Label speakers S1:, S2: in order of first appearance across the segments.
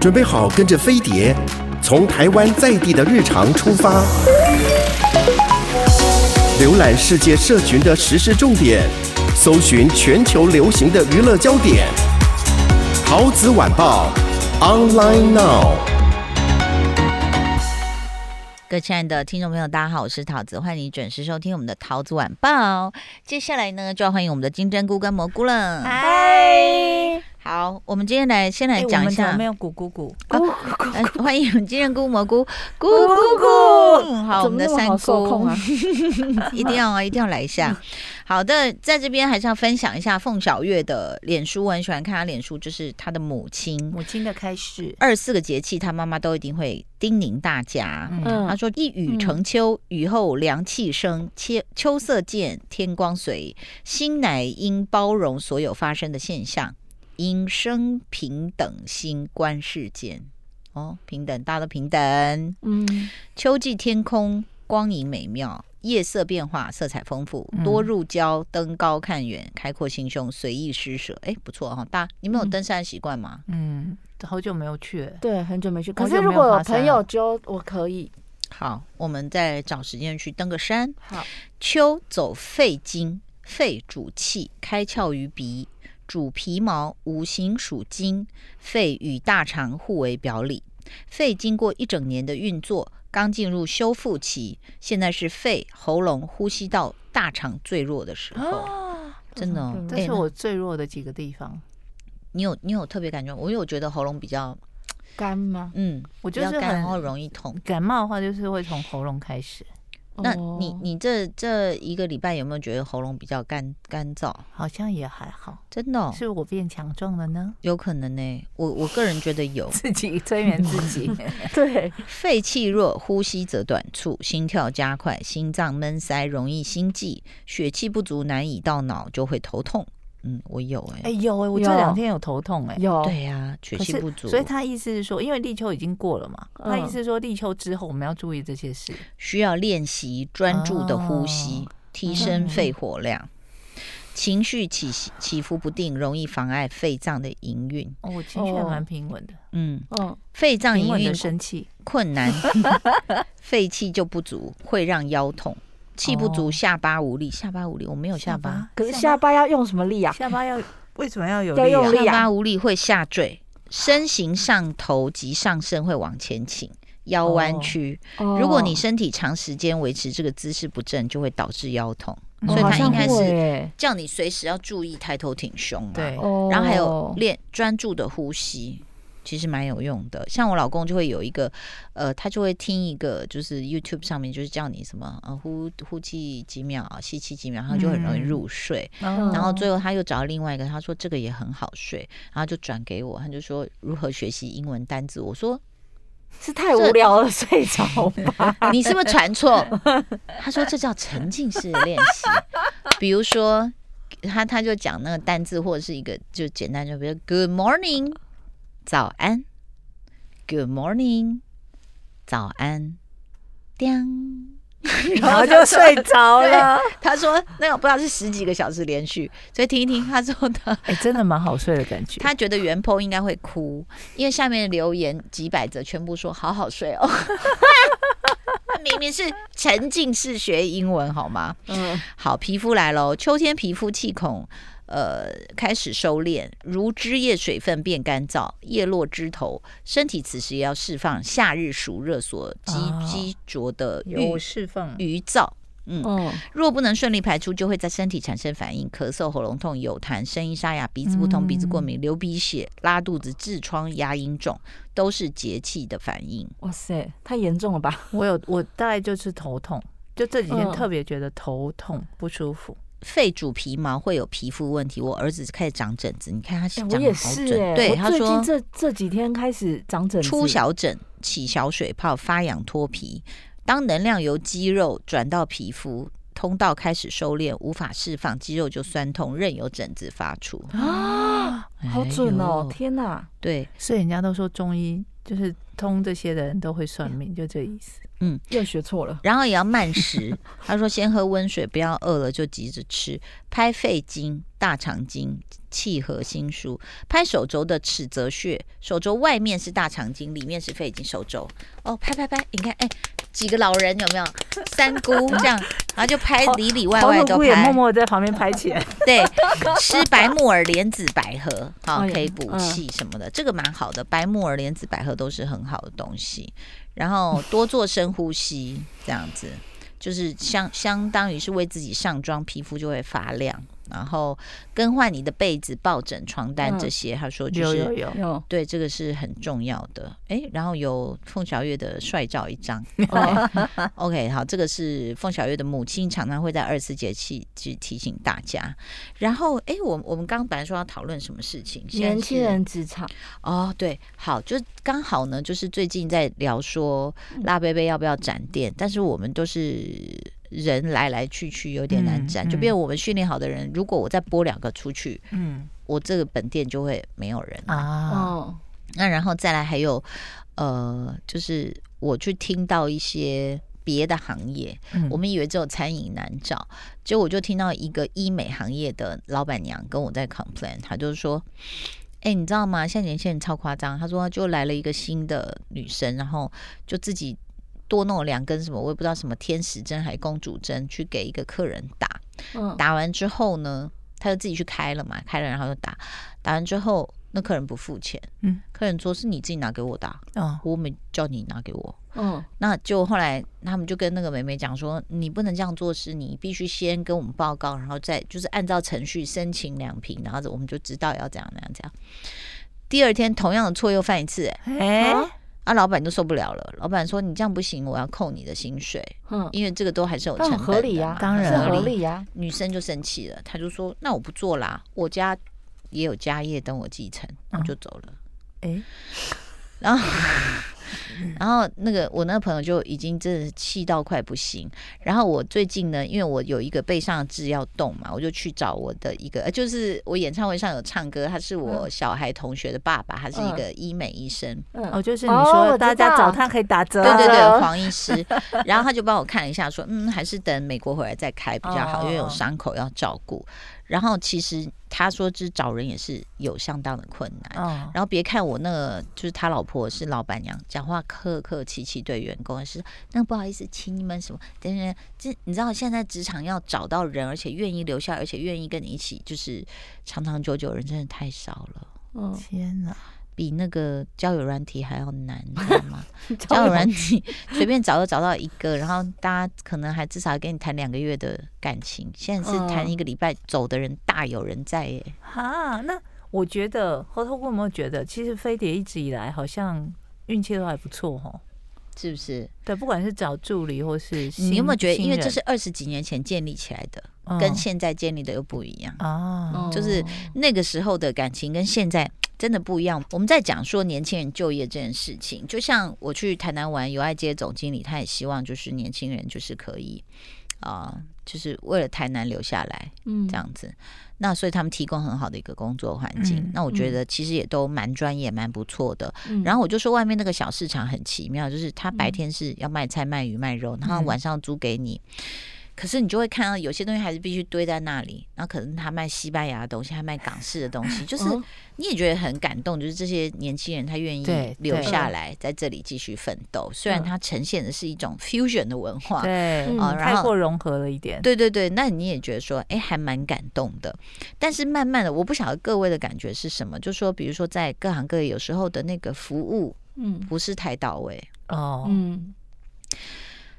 S1: 准备好跟着飞碟，从台湾在地的日常出发，浏览世界社群的时事重点，搜寻全球流行的娱乐焦点。桃子晚报，online now。
S2: 各位亲爱的听众朋友，大家好，我是桃子，欢迎你准时收听我们的桃子晚报。接下来呢，就要欢迎我们的金针菇跟蘑菇了。
S3: 嗨，
S2: 好，我们今天来先
S3: 哎
S2: 来讲一下，
S3: 有鼓鼓鼓，
S2: 呃 欢迎我们金针菇、蘑菇、菇
S3: 咕咕咕
S2: 嗯好，我
S3: 怎
S2: 们
S3: 么
S2: 的
S3: 那么
S2: 三
S3: 好受
S2: 姑
S3: 控
S2: 啊， 一定 要啊，一定要来一下。好的，在这边还是要分享一下凤小月的脸书，我很喜欢看她脸书，就是她的母亲。
S3: 母亲的开始，
S2: 二十四个节气，她妈妈都一定会叮咛大家。
S3: 嗯，
S2: 他
S4: 嗯，
S2: 说：“一雨成秋，雨后凉气生，秋秋色渐，天光随。心乃应包容所有发生的现象，应生平等心观世间。哦，平等，大家都平等。
S4: 嗯，
S2: 秋季天空光影美妙，夜色变化，色彩丰富，
S3: 嗯
S2: 多入郊，登高看远，开阔心胸，随意施舍。哎，不错哈、大你们有
S4: 嗯
S2: 登山习惯吗？
S3: 嗯，好久没有去了，
S4: 对，很久没去。
S3: 好
S4: 可
S3: 久
S4: 是如
S3: 没有
S4: 果有
S3: 爬山
S4: 朋友
S3: 了
S4: 揪，我可以。
S2: 好，我们再找时间去登个山。
S3: 好，
S2: 秋走肺经，肺主气，开窍于鼻，主皮毛，五行属金，肺与大肠互为表里。肺经过一整年的运作，刚进入修复期，现在是肺、喉咙、呼吸道、大肠最弱的时候。真的、哦，
S4: 大
S2: 哎
S3: 这
S4: 肠最弱
S3: 是我最弱的几个地方，
S2: 你有你有特别感觉？我有觉得喉咙比较，
S4: 干吗？
S2: 嗯，
S3: 我
S2: 比
S3: 就
S2: 较
S3: 是
S2: 干，然后
S3: 很
S2: 容易痛。
S3: 感冒的话，就是会从喉咙开始，
S2: 那你
S4: 哦
S2: 你这这一个礼拜有没有觉得喉咙比较干干燥？
S3: 好像也还好，
S2: 真的、哦，
S3: 是我变强壮了呢，
S2: 有可能呢、我我个人觉得有。
S3: 自己催眠自己，
S4: 对，
S2: 肺气弱，呼吸则短促，心跳加快，心脏闷塞，容易心悸，血气不足，难以到脑，就会头痛。嗯，我有哎、
S3: 哎有哎，我这
S4: 有
S3: 两天有头痛哎。
S4: 有
S2: 对呀、血
S3: 可
S2: 气
S3: 是
S2: 不，足，
S3: 所以他意思是说，因为立秋已经过了嘛，他意
S4: 嗯
S3: 思是说立秋之后我们要注意这些事。
S2: 需要练习专注的呼吸，
S3: 哦嗯
S2: 提升肺活量。情绪起起伏不定，容易妨碍肺脏的营运。
S3: 哦，我情绪还
S4: 哦
S3: 蛮平稳的，
S2: 嗯，
S4: 嗯，
S2: 肺脏
S3: 平
S2: 营
S3: 稳
S2: 运
S3: 的生气。
S2: 困 难，肺气就不足，会让腰痛。气不足，
S3: 哦
S2: 下巴无力。下巴无力，我没有下巴。
S4: 可是下巴要用什么力啊？
S3: 下巴要为什么要有
S4: 要
S3: 力、啊？
S4: 用力
S2: 下
S4: 啊
S2: 巴无力会下坠，身形上头及上身会往前倾，腰弯曲。如果你身体长时间维持这个姿势不正，就会导致腰痛。
S3: 嗯
S2: 所以
S4: 好
S2: 它应
S4: 像
S2: 该
S4: 会
S2: 是
S4: 耶
S2: 叫你随时要注意抬头挺胸嘛。
S3: 对，
S4: 哦，
S2: 然后还有练专注的呼吸，其实蛮有用的。像我老公就会有一个，呃，他就会听一个，就是 YouTube 上面就是叫你什么，呃，呼呼气几秒，吸气几秒，然后就很容易
S3: 嗯
S2: 入睡。
S4: 嗯
S2: 然后最后他又找到另外一个，他说这个也很好睡，然后就转给我，他就说如何学习英文单字。我说
S4: 是太无聊了，睡着吧。
S2: 哎你是不是传 错？他说这叫沉浸式的练习，比如说他他就讲那个单字或者是一个就简单，就比如 Good morning，早安；Good morning，早安。叮，
S3: 然后就睡着了。
S2: 他说那个不知道是十几个小时连续，所以听一听他说的。
S3: 哎、真的蛮好睡的感觉。
S2: 他觉得袁鹏应该会哭，因为下面留言几百则全部说好好睡哦。 明明是沉浸式学英文好吗？
S4: 嗯，
S2: 好，皮肤来喽，秋天皮肤气孔呃开始收敛，如枝叶水分变干燥，叶落枝头，身体此时也要释放夏日暑热所积
S3: 哦
S2: 积浊的
S3: 有
S2: 余
S3: 释放，
S2: 余燥。
S4: 嗯，
S2: 若不能顺利排出，就会在身体产生反应，咳嗽、喉咙痛、有痰、声音沙哑、鼻子不通、
S3: 嗯
S2: 鼻子过敏、流鼻血、拉肚子、痔疮、牙龈肿，都是节气的反应。
S4: 哇塞，太严重了吧？
S3: 我有我大概就是头痛，就这几天
S4: 嗯
S3: 特别觉得头痛不舒服。
S2: 肺主皮毛，会有皮肤问题。我儿子开始长疹子，你看他
S4: 哎
S2: 长
S4: 我
S2: 得
S4: 也
S2: 好
S4: 是
S2: 疹，
S4: 耶，
S2: 对
S4: 我
S2: 他
S4: 最
S2: 说
S4: 近这这几天开始长疹子，
S2: 出小疹、起小水泡、发痒脱皮。当能量由肌肉转到皮肤。通道开始收敛，无法释放，肌肉就酸痛，任由疹子发出。
S4: 啊，好准哦！
S2: 哎呦
S4: 天哪，
S2: 对，
S3: 所以人家都说中医就是通这些的人都会算命，就这意思。
S4: 又学 错了。
S2: 然后也要慢食。 他说先喝温水，不要饿了就急着吃。拍肺经、大肠经、气和心腧。拍手肘的尺泽穴，手肘外面是大肠经，里面是肺经。手肘哦，拍拍拍，你看，哎，几个老人有没有？三姑这样，然后就拍里里外
S3: 黄
S2: 外
S3: 土
S2: 都
S3: 姑也默
S2: 拍。
S3: 默地在旁边拍起来。
S2: 对，吃白木耳、莲子、百合，好、
S4: 哎呀
S2: 可以补气什么的，这个蛮好的。白木耳、莲子、百合都是很好的东西。然后多做深呼吸，这样子就是相相当于是为自己上妆，皮肤就会发亮。然后更换你的被子、抱枕、床单
S4: 嗯
S2: 这些，他说就
S3: 有
S2: 是
S3: 有有，
S4: 有
S2: 对这个是很重要的。诶，然后有凤小岳的帅照一张。OK，好，
S4: 哦
S2: 这个是凤小岳的母亲常常会在二十四节气去提醒大家。然后，哎，我我们刚刚本来说要讨论什么事情，现在
S4: 年轻
S2: 是
S4: 人职场
S2: 哦，对，好，就刚好呢，就是最近在聊说辣贝贝要不要展店，但是我们都是。人来来去去有点难
S3: 嗯
S2: 展，就
S3: 嗯
S2: 变我们训练好的人，如果我再拨两个出去，
S3: 嗯
S2: 我这个本店就会没有人了
S3: 啊，
S4: 哦，
S2: 那然后再来还有，呃，就是我去听到一些别的行业，
S3: 嗯
S2: 我们以为只有餐饮难找，结果我就听到一个医美行业的老板娘跟我在 complain，她就是说。哎、你知道吗？现在年轻人超夸张。她说，就来了一个新的女生，然后就自己多弄了两根什么，我也不知道什么天使针还公主针，去给一个客人打。
S3: 哦
S4: 嗯，
S2: 打完之后呢，他就自己去开了嘛，开了然后就打，打完之后那客人不付钱，
S3: 嗯，
S2: 客人说是你自己拿给我打，
S3: 哦，
S2: 我没叫你拿给我。
S4: 嗯，
S2: 那就后来他们就跟那个妹妹讲说，你不能这样做事，你必须先跟我们报告，然后再就是按照程序申请两瓶，然后我们就知道要怎样怎样怎样。第二天同样的错又犯一次、哎
S3: 哎，
S2: 啊，老板就受不了了。老板说你这样不行，我要扣你的薪水，
S4: 嗯，
S2: 因为这个都还是有成
S4: 但
S2: 本
S4: 很
S2: 的
S4: 合理呀
S2: 嘛，
S3: 当然
S4: 是
S3: 合
S4: 合理呀，
S2: 女生就生气了，她就说：“那我不做啦，我家也有家业等我继承，我
S3: 嗯
S2: 就走了。
S3: 哎，
S2: 然后， 然后那个我那个朋友就已经真的是气到快不行。然后我最近呢，因为我有一个背上的痣要动嘛，我就去找我的一个，呃就是我演唱会上有唱歌，他是我小孩同学的爸爸，他是一个医美医生。
S3: 哦，
S4: 嗯，
S3: 就是
S4: 哦
S3: 你
S4: 我
S3: 说
S4: 知
S3: 大家
S4: 道
S3: 找他可以打折，
S2: 对对
S4: 啊
S2: 对，黄医师，然后他就帮我看了一下，说嗯，还是等美国回来再开比较好，
S3: 哦哦
S2: 因为有
S3: 哦
S2: 伤口要照顾。然后其实他说，这找人也是有相当的困难。
S3: 哦，
S2: 然后别看我那个，就是他老婆是老板娘，讲话客客气气，对员工是那不好意思，请你们什么等等，这你知道现在职场要找到人，而且愿意留下，而且愿意跟你一起，就是长长久久的人真的太少了，
S4: 嗯，
S3: 天哪，
S2: 比那个交友软体还要难，你知道吗？交
S4: 交
S2: 友
S4: 友
S2: 软体随便找都找到一个，然后大家可能还至少跟你谈两个月的感情，现在是谈一个礼拜，走的人大有人在耶。
S3: 哈，那我觉得猴头菇有没有觉得，其实飞碟一直以来好像运气都还不错哦。
S2: 是不是？
S3: 对，不管是找助理或是新
S2: 你有没有觉得，
S3: 新
S2: 因为
S3: 人
S2: 这是二十几年前建立起来的，
S3: 嗯
S2: 跟现在建立的又不一样。
S3: 啊，
S4: 哦
S2: 就是那个时候的感情跟现在真的不一样。我们在讲说年轻人就业这件事情，就像我去台南玩，友爱街总经理他也希望就是年轻人就是可以啊、就是为了台南留下来。
S4: 嗯
S2: 这，样子。那所以他们提供很好的一个工作环境，
S3: 嗯
S2: 那我觉得其实也都蛮专业、蛮不错的。
S4: 嗯
S2: 然后我就说外面那个小市场很奇妙，就是他
S3: 嗯
S2: 白天是要卖菜、卖鱼、卖肉，然后晚上租给你。可是你就会看到有些东西还是必须堆在那里，然后可能他卖西班牙的东西，他卖港式的东 西，就是
S3: 哦
S4: 嗯
S2: 你也觉得很感动，就是这些年轻人他愿意
S3: 对
S2: 留
S3: 对
S2: 下来在这里继续奋斗，虽然
S4: 嗯
S2: 它呈现的是一种 fusion 的文化，
S3: 对，
S4: 嗯
S2: 啊
S3: 嗯
S2: 然后
S3: 太过融合了一点。
S2: 对对对，那你也觉得说，哎，还蛮感动的。但是慢慢的，我不晓得各位的感觉是什么，就说比如说在各行各业，有时候的那个服务
S4: 嗯
S2: 不是太到位。
S3: 哦，
S4: 嗯，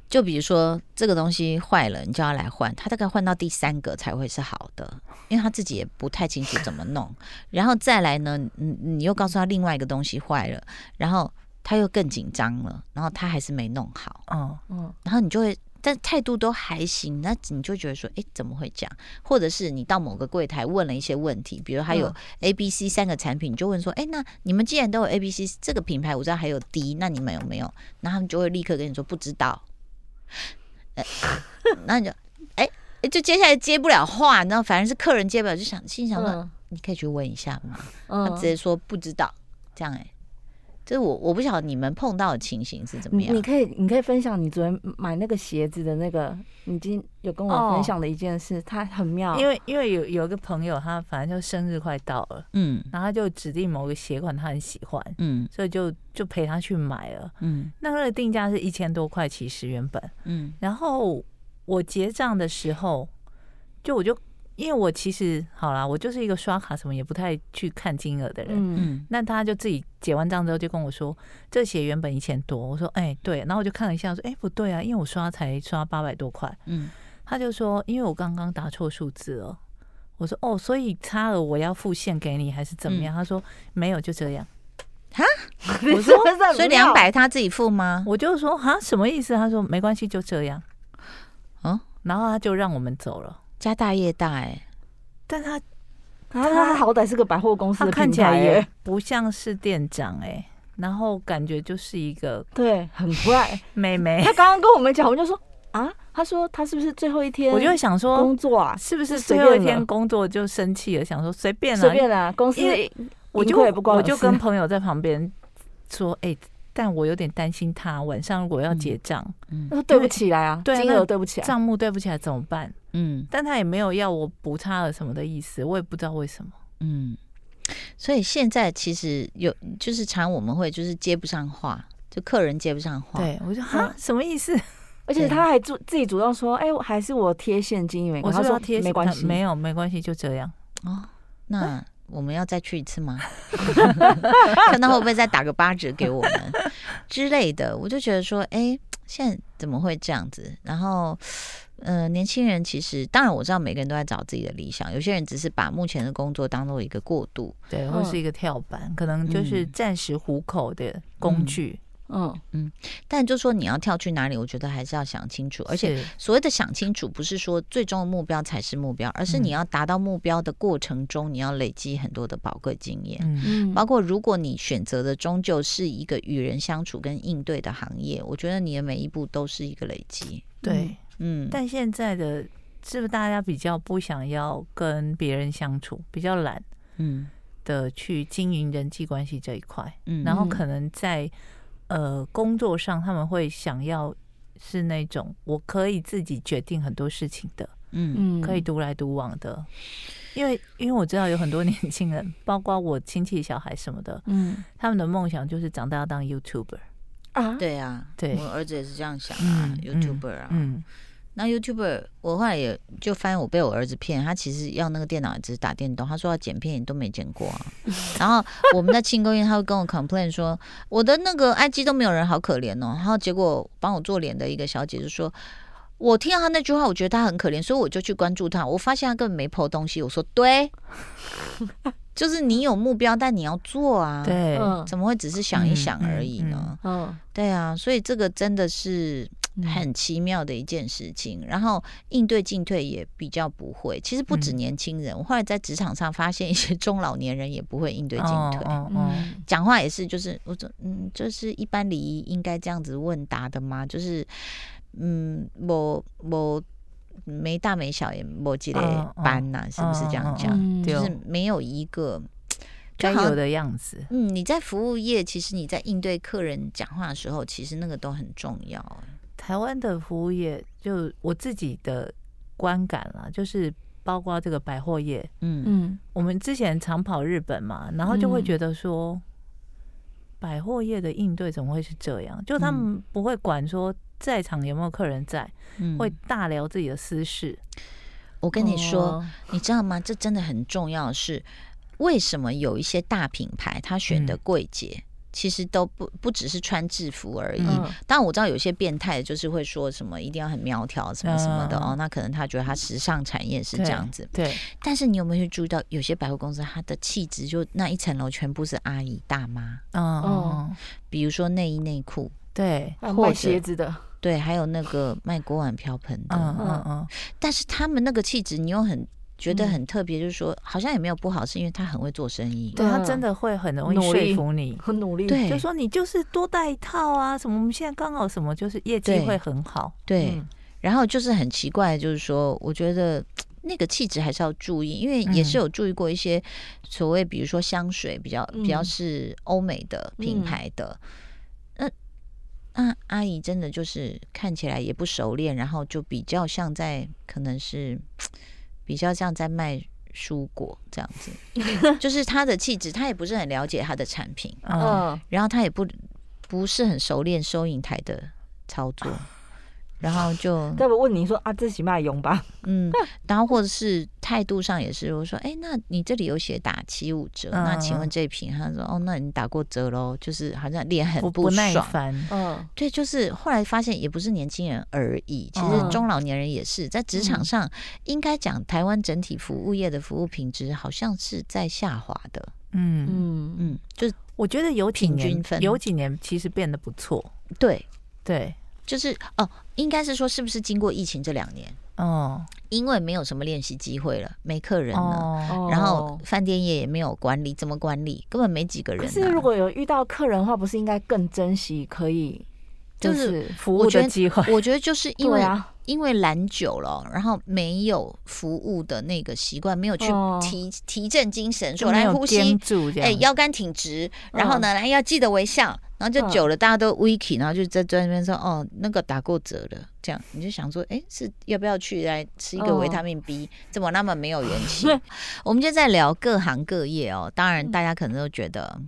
S2: 就比如说这个东西坏了，你叫他来换，他大概换到第三个才会是好的，因为他自己也不太清楚怎么弄。然后再来呢，你你又告诉他另外一个东西坏了，然后他又更紧张了，然后他还是没弄好。
S3: 哦，
S4: 嗯，
S2: 然后你就会，但态度都还行，那你就觉得说，哎，怎么会这样？或者是你到某个柜台问了一些问题，比如还有
S4: 嗯
S2: A、B、C 三个产品，你就问说，哎，那你们既然都有 A、B、C 这个品牌，我知道还有 D，那你们有没有？然后他们就会立刻跟你说不知道，呃， 那你就，哎。诶就接下来接不了话，然后反而是客人接不了，就想心想说、
S4: 嗯
S2: 你可以去问一下嘛，他
S4: 嗯
S2: 直接说不知道，这样哎、这我我不晓得你们碰到的情形是怎么
S4: 你
S2: 样
S4: 你。可以，你可以分享你昨天买那个鞋子的那个，你今天有跟我分享的一件事，它很妙。
S3: 因为因为有有一个朋友，他反正就生日快到了，
S2: 嗯
S3: 然后他就指定某个鞋款他很喜欢，
S2: 嗯
S3: 所以就就陪他去买了。
S2: 嗯
S3: 那个定价是一千多块，其实原本。
S2: 嗯
S3: 然后我结账的时候，就我就因为我其实好啦，我就是一个刷卡什么也不太去看金额的人。
S4: 嗯
S2: 嗯
S3: 那他就自己结完账之后就跟我说，这鞋原本一千多，我说哎、对，然后我就看了一下，我说哎、不对啊，因为我刷才刷八百多块，
S2: 嗯
S3: 他就说因为我刚刚打错数字了，我说哦，所以差额我要付现给你还是怎么样？他说没有，就这样，
S4: 我说
S2: 嗯，所以两，百他自己付吗？
S3: 我就说哈什么意思？他说没关系，就这样，
S2: 嗯，
S3: 然后他就让我们走了，
S2: 家大业大哎、
S3: 但他
S4: 他他好歹是个百货公司
S3: 他
S4: 的欸
S3: 看
S4: 品
S3: 起来
S4: 牌
S3: 也
S4: 耶，
S3: 不像是店长哎、然后感觉就是一个
S4: 对，很怪。
S3: 妹妹
S4: 他，刚刚跟我们讲，我们就说啊，他说他是不是最后一天？
S3: 我就会想说
S4: 工作啊，
S3: 是不是
S4: 就随
S3: 最后一
S4: 便
S3: 天
S4: 了
S3: 工作就生气了，想说随便
S4: 随
S3: 了，
S4: 便啦、公司
S3: 因为我
S4: 盈
S3: 就
S4: 亏也不关
S3: 我
S4: 我
S3: 就
S4: 事
S3: 跟朋友在旁边说，哎、但我有点担心他晚上如果要结账，
S4: 他说对不起来啊，
S3: 对啊
S4: 金
S3: 那
S4: 嗯额对不起来，
S3: 账、目对不起来怎么办？
S2: 嗯
S3: 但他也没有要我补差额什么的意思，我也不知道为什么。
S2: 嗯，所以现在其实有就是常我们会就是接不上话，就客人接不上话。，
S3: 对，我就哈什么意思？
S4: 而且他还主自己主动说，哎、我还是我贴现金也没
S3: 我
S4: 关
S3: 是不
S4: 系，他
S3: 是要
S4: 说
S3: 贴呃
S4: 没关系，
S3: 没有没关系，就这样。
S2: 哦，那我们要再去一次吗？ 看他会不会再打个八折给我们之类的？我就觉得说，哎、现在怎么会这样子？然后，呃，年轻人其实，当然我知道每个人都在找自己的理想，有些人只是把目前的工作当做一个过渡。
S3: 对，
S4: 嗯
S3: 或是一个跳板，可能就是
S2: 嗯
S3: 暂时糊口的工具。
S4: 嗯，
S2: 但就说你要跳去哪里，我觉得还是要想清楚，而且。
S3: 是
S2: 所谓的想清楚，不是说最终的目标才是目标，而是
S3: 嗯
S2: 你要达到目标的过程中，你要累积很多的宝贵经验。
S3: 嗯，
S4: 嗯
S2: 包括如果你选择的终究是一个与人相处跟应对的行业，我觉得你的每一步都是一个累积。
S3: 对。
S4: 嗯
S2: 嗯，
S3: 但现在的是不是大家比较不想要跟别人相处，比较懒
S2: 嗯
S3: 的去经营人际关系这一块，
S2: 嗯，
S3: 然后可能在呃工作上他们会想要是那种我可以自己决定很多事情的，
S2: 嗯
S4: 嗯
S3: 可以独来独往的，因为因为我知道有很多 年轻人，包括我亲戚小孩什么的，
S4: 嗯
S3: 他们的梦想就是长大要当 YouTuber，
S4: 啊，
S2: 对啊，
S3: 对
S2: 我儿子也是这样想啊
S3: 嗯
S2: ，YouTuber 啊，
S3: 嗯，
S2: 那 YouTuber 我后来也就发现我被我儿子骗，他其实要那个电脑也只是打电动，他说要剪片也都没剪过 啊。然后我们在庆功宴，他会跟我 complain 说我的那个 IG 都没有人，好可怜哦。然后结果帮我做脸的一个小姐就说。我听到他那句话，我觉得他很可怜，所以我就去关注他。我发现他根本没 PO 东西。我说 对，就是你有目标，但你要做啊，
S3: 对，
S4: 嗯
S2: 怎么会只是想一想
S3: 嗯
S2: 而已呢？
S3: 嗯
S4: 嗯
S2: 对啊，所以这个真的是
S4: 嗯
S2: 很奇妙的一件事情。然后应对进退也比较不会。其实不止
S3: 嗯
S2: 年轻人，我后来在职场上发现一些 中老年人也不会应对进
S3: 哦
S2: 退。
S3: 哦哦
S4: 嗯
S2: 讲话也是，就是我说，嗯，就是一般礼仪应该这样子问答的吗？就是，嗯，我我没大没小也没几类
S3: 哦哦
S2: 班呐、是不是这样
S3: 哦哦
S2: 讲？
S4: 嗯
S3: 对
S2: 就
S3: 哦
S2: 是没有一个
S3: 该
S2: 就好像
S3: 有的样子。
S2: 嗯，你在服务业，其实你在应对客人讲话的时候，其实那个都很重要。啊
S3: 台湾的服务业，就我自己的观感啦，就是包括这个百货业，
S2: 嗯
S4: 嗯
S3: 我们之前常跑日本嘛，然后就会
S4: 嗯
S3: 觉得说，百货业的应对怎么会是这样？就他们不会管说在场有没有客人在，
S2: 嗯，
S3: 会大聊自己的私事。
S2: 我跟你说，
S4: 哦
S2: 你知道吗？这真的很重要的是，为什么有一些大品牌它选的
S3: 嗯
S2: 柜姐，其实都不不只是穿制服而已。
S3: 嗯
S4: 嗯
S2: 当然我知道有些变态的就是会说什么一定要很苗条什么什么的、
S3: 嗯
S2: 哦，那可能他觉得他时尚产业是这样子。
S3: 对，
S2: 但是你有没有去注意到，有些百货公司它的气质就那一层楼全部是阿姨大妈，
S3: 嗯，
S4: 哦
S2: 比如说内衣内裤，
S3: 对，
S4: 还有
S2: 或
S4: 卖
S2: 者
S4: 鞋子的，
S2: 对，还有那个卖锅碗瓢盆的，
S3: 嗯嗯嗯，
S2: 但是他们那个气质，你又很觉得
S4: 嗯
S2: 很特别，就是说好像也没有不好，是因为他很会做生意。
S3: 对他真的会很容易
S4: 努力
S3: 说服你。
S4: 很努力，
S2: 对
S3: 就说你就是多带一套啊，什么我们现在刚好什么就是业绩
S2: 对
S3: 会很好，
S2: 对，
S4: 嗯
S2: 然后就是很奇怪，就是说，我觉得那个气质还是要注意，因为也
S4: 嗯
S2: 是有注意过一些所谓，比如说香水比较、比较
S4: 嗯
S2: 是欧美的品牌的，那、那阿姨真的就是看起来也不熟练，然后就比较像在可能是比较像在卖。蔬果这样子， 就是她的气质，她也不是很了解她的产品，
S3: 嗯，
S2: 然后他也不不是很熟练收银台的操 作，然后就
S4: 再不问你说啊，这起码用吧？
S2: 嗯，然后或者是态度上也是，我说哎，那你这里有写打七五折，
S3: 嗯
S2: 那请问这一瓶？他说哦，那你打过折喽，就是好像脸很
S3: 我
S2: 不
S3: 不耐
S2: 爽。
S3: 烦，
S4: 嗯，
S2: 对，就是后来发现也不是年轻人而已，其实
S3: 嗯
S2: 中老年人也是在职场上，应该讲台湾整体服务业的服务品质好像是在下滑的，
S3: 嗯，
S4: 嗯，
S2: 嗯，就是
S3: 我觉得有几
S2: 平均
S3: 年
S2: 分
S3: 有几年其实变得不错，
S2: 对，
S3: 对，
S2: 就是哦，应该是说是不是经过疫情这两年？
S3: 哦
S2: 因为没有什么练习机会了，没客人了，
S4: 嗯
S3: 哦，
S2: 然后饭店业也没有管理，怎么管理？根本没几个人、
S4: 可
S2: 啊。
S4: 是如果有遇到客人的话，不是应该更珍惜可以
S2: 就
S4: 就是是
S3: 服
S2: 我
S3: 务
S2: 觉
S3: 的
S2: 得
S3: 机会，
S2: 我觉得就是因为、
S4: 对啊，
S2: 因为懒久了，然后没有服务的那个习惯，没有去
S4: 哦
S2: 提、提振精神，
S3: 就
S2: 说
S3: 没
S2: 来
S3: 有
S2: 呼
S3: 肩
S2: 吸，
S3: 住这
S2: 哎、
S3: 样，
S2: 腰杆挺直，然后呢，来哎要记得微笑，然后就
S4: 嗯
S2: 久了，大家都 wiki，然后就在在那边说哦，那个打过折了，这样你就想说，哎、是要不要去来吃一个
S4: 哦
S2: 维他命 B？、怎么那么没有元气？我们就在聊各行各业哦，当然大家可能都觉得。嗯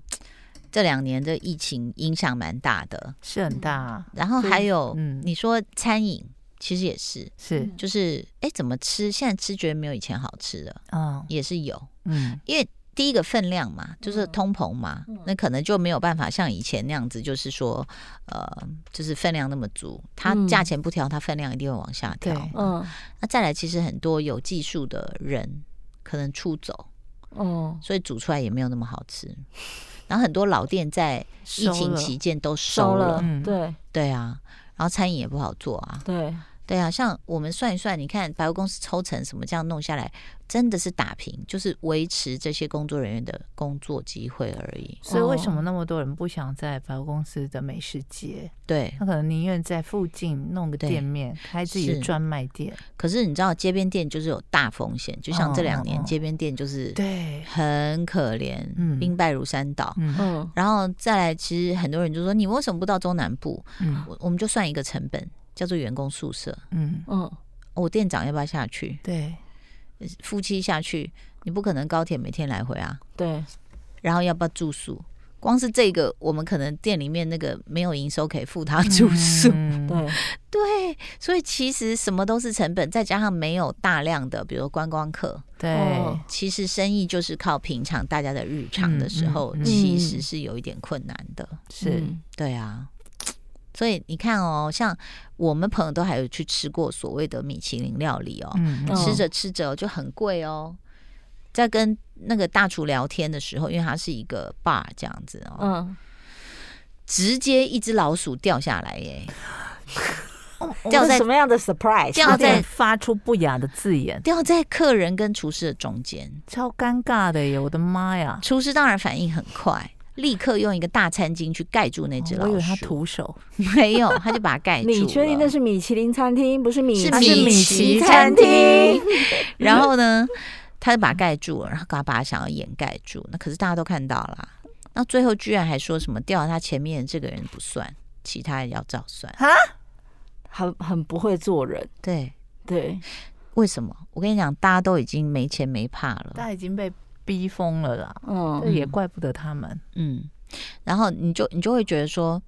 S2: 这两年的疫情影响蛮大的，
S3: 是很大，
S2: 然后还有、
S3: 嗯
S2: 你说餐饮，其实也是，
S3: 是，
S2: 就是哎怎么吃，现在吃觉得没有以前好吃了，
S3: 嗯
S2: 也是有，
S3: 嗯，
S2: 因为第一个分量嘛，就是通膨嘛，那可能就没有办法像以前那样子，就是说，呃，就是分量那么足，它
S4: 嗯
S2: 价钱不调，它分量一定会往下调。
S3: 对
S4: 嗯，
S2: 那再来，其实很多有技术的人可能出走，
S4: 哦，
S2: 所以煮出来也没有那么好吃。然后很多老店在疫
S3: 收
S2: 情
S3: 了
S2: 期间都收
S4: 收
S2: 了，
S4: 了
S3: 嗯，
S4: 对
S2: 对啊，然后餐饮也不好做啊，
S4: 对，
S2: 对啊，像我们算一算，你看百货公司抽成什么这样弄下来，真的是打平，就是维持这些工作人员的工作机会而已。
S3: 所以为什
S4: 哦
S3: 么那么多人不想在百货公司的美食街？
S2: 对，
S3: 他可能宁愿在附近弄个
S2: 对
S3: 店面，开自己
S2: 是
S3: 的专卖店。
S2: 可是你知道街边店就是有大风险，就像这两年
S3: 哦哦哦
S2: 街边店就是
S3: 对，
S2: 很可怜，
S3: 嗯
S2: 兵败如山倒。
S3: 嗯
S4: 嗯
S2: 然后再来，其实很多人就说你为什么不到中南部？
S3: 嗯
S2: 我我们就算一个成本，叫做员工宿舍。哦
S3: 嗯，
S4: 嗯，
S2: 我店长要不要下去？
S3: 对，
S2: 夫妻下去，你不可能高铁每天来回啊。
S4: 对，
S2: 然后要不要住宿？光是这个，我们可能店里面那个没有营收可以付他 住宿，
S3: 嗯
S4: 对，
S2: 对，所以其实什么都是成本，再加上没有大量的，比如观光客，
S3: 对
S4: 哦，
S2: 其实生意就是靠平常大家的日常的时候，
S3: 嗯嗯嗯
S2: 其实是有一点困难的，
S3: 是
S4: 嗯
S2: 对啊。所以你看哦，像我们朋友都还有去吃过所谓的米其林料理哦，
S3: 嗯
S4: 嗯
S2: 吃着吃着就很贵哦。在跟那个大厨聊天的时候，因为他是一个 bar 这样子哦，
S4: 嗯，
S2: 直接一只老鼠掉下来耶，掉
S4: 掉在
S2: 在
S4: 什么样的 surprise？
S2: 掉
S3: 差
S2: 在
S3: 点发出不雅的字眼，
S2: 掉在客人跟厨师的中间。
S3: 超尴尬的耶！我的妈呀，
S2: 厨师当然反应很快，立刻用一个大餐巾去盖住那只
S3: 哦我以
S2: 老
S3: 为他
S2: 鼠。
S3: 徒手，
S2: 没有，他就把它盖住了。
S4: 你确定那是米其林餐厅，不是米
S2: 是
S3: 它
S2: 米
S3: 米
S2: 其
S3: 其
S2: 餐
S3: 餐
S2: 厅
S3: 厅？
S2: 然后呢，他就把它盖住了，然后他把它想要掩盖住。那可是大家都看到了啊，那最后居然还说什么掉到他前面的这个人不算，其他人要照算。
S4: 很很不会做人？
S2: 对，
S4: 对，
S2: 为什么？我跟你讲，大家都已经没钱没怕了。
S3: 他已经被逼疯了啦，这
S4: 嗯，
S3: 也怪不得他们。
S2: 嗯，然后你就你就会觉得说，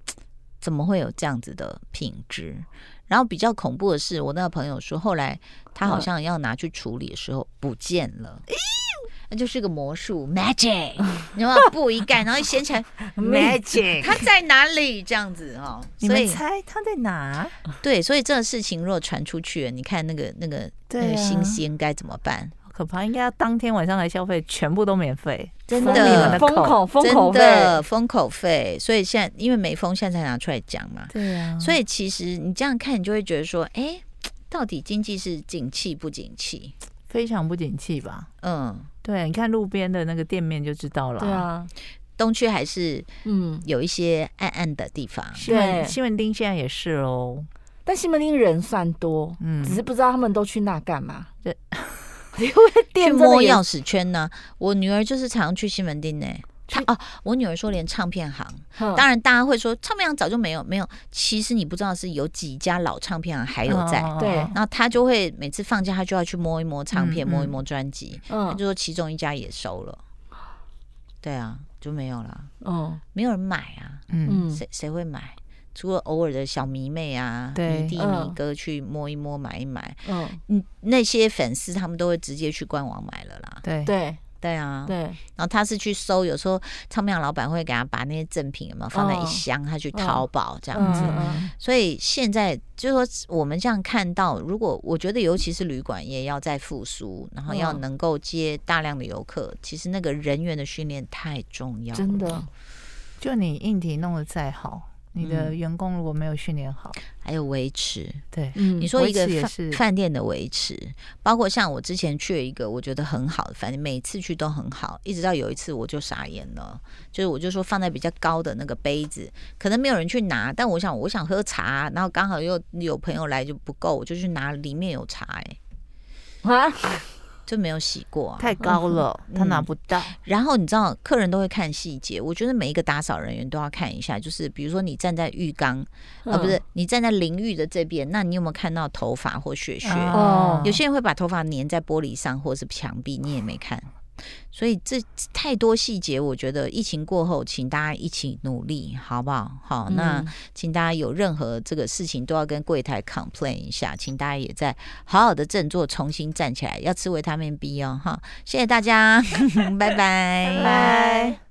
S2: 怎么会有这样子的品质？然后比较恐怖的是，我那个朋友说，后来他好像要拿去处理的时候不见了，那就是个魔术 magic，然后布一盖，然后一掀起来 magic，它在哪里？这样子哦，
S3: 你
S2: 所
S3: 们
S2: 以
S3: 猜他在哪？
S2: 对，所以这个事情如果传出去，你看那个那个那
S3: 对
S2: 个
S3: 啊
S2: 新鲜该怎么办？
S3: 好可怕！应该要当天晚上来消费，全部都免费。
S2: 真
S3: 封你们
S2: 的
S3: 的
S4: 封口封口
S2: 真
S4: 费，
S2: 的封口费，所以现在因为没封，现在才拿出来讲嘛。
S3: 对啊呀
S2: 所
S3: 以
S2: 以其实你这样看，你就会觉得说，哎、到底经济是景气不景气？
S3: 非常不景气吧？
S2: 嗯，
S3: 对，你看路边的那个店面就知道了。
S4: 对，啊，
S2: 东区还是
S4: 嗯，
S2: 有一些暗暗的地方。
S3: 西门
S4: 对
S3: 西门町现在也是哦。
S4: 但西门町人算多，
S3: 嗯
S4: 只是不知道他们都去那干嘛。
S3: 对
S4: 因
S2: 嗯
S4: 为
S2: 去
S4: 店真
S2: 摸
S4: 的也
S2: 钥匙圈呢、我女儿就是常去西门町呢、她哦，我女儿说连唱片行，
S4: 嗯
S2: 当然大家会说唱片行早就没有没有，其实你不知道是有几家老唱片行还有在，
S4: 对
S3: 嗯
S2: 然后她就会每次放假她就要去摸一摸唱片，
S3: 嗯嗯
S2: 摸一摸专辑，她
S4: 嗯
S2: 就说其中一家也收了，对啊，就没有了，
S4: 嗯
S2: 没有人买啊，
S3: 嗯
S4: 嗯
S2: 谁谁会买？除了偶尔的小迷妹啊、
S3: 对
S2: 迷弟
S4: 嗯
S2: 迷哥去摸一摸、买一买，
S4: 嗯，
S2: 嗯，那些粉丝他们都会直接去官网买了啦。
S3: 嗯对
S4: 对
S2: 对啊，
S4: 对，
S2: 然后他是去搜，有时候唱片行老板会给他把那些赠品有没有放在一
S4: 哦
S2: 箱，他去
S4: 嗯
S2: 淘宝这样
S4: 嗯
S2: 子。
S4: 嗯
S2: 所以现在就是说，我们这样看到，如果我觉得，尤其是旅馆业要再复苏，然后要
S4: 嗯
S2: 能够接大量的游客，其实那个人员的训练太重要了。
S4: 真的，
S3: 就你硬体弄得再好，你的员工如果没有训练好，
S2: 还有维持，
S3: 对，
S4: 嗯，
S2: 你说一个
S3: 维持也
S2: 饭
S3: 是
S2: 饭店的维持，包括像我之前去了一个我觉得很好的饭店，每次去都很好，一直到有一次我就傻眼了，就是我就说放在比较高的那个杯子，可能没有人去拿，但我想我想喝茶，然后刚好又有朋友来就不够，我就去拿，里面有茶、哎，
S4: 啊，
S2: 就没有洗过、啊。
S3: 太高了，他拿不到。
S2: 然后你知道，客人都会看细节，我觉得每一个打扫人员都要看一下，就是比如说你站在浴缸，啊
S4: 嗯
S3: 嗯
S2: 不是你站在淋浴的这边，那你有没有看到头发或
S3: 啊
S2: 血血？
S3: 嗯
S4: 哦
S2: 有些人会把头发粘在玻璃上或是墙壁，你也没看。所以这太多细节，我觉得疫情过后，请大家一起努力，好不好？好，哦那
S4: 嗯
S2: 请大家有任何这个事情都要跟柜台 complain 一下，请大家也在好好的振作，重 新站起来，要吃维他命 B 哦，哈！谢谢大家，拜拜
S3: 拜。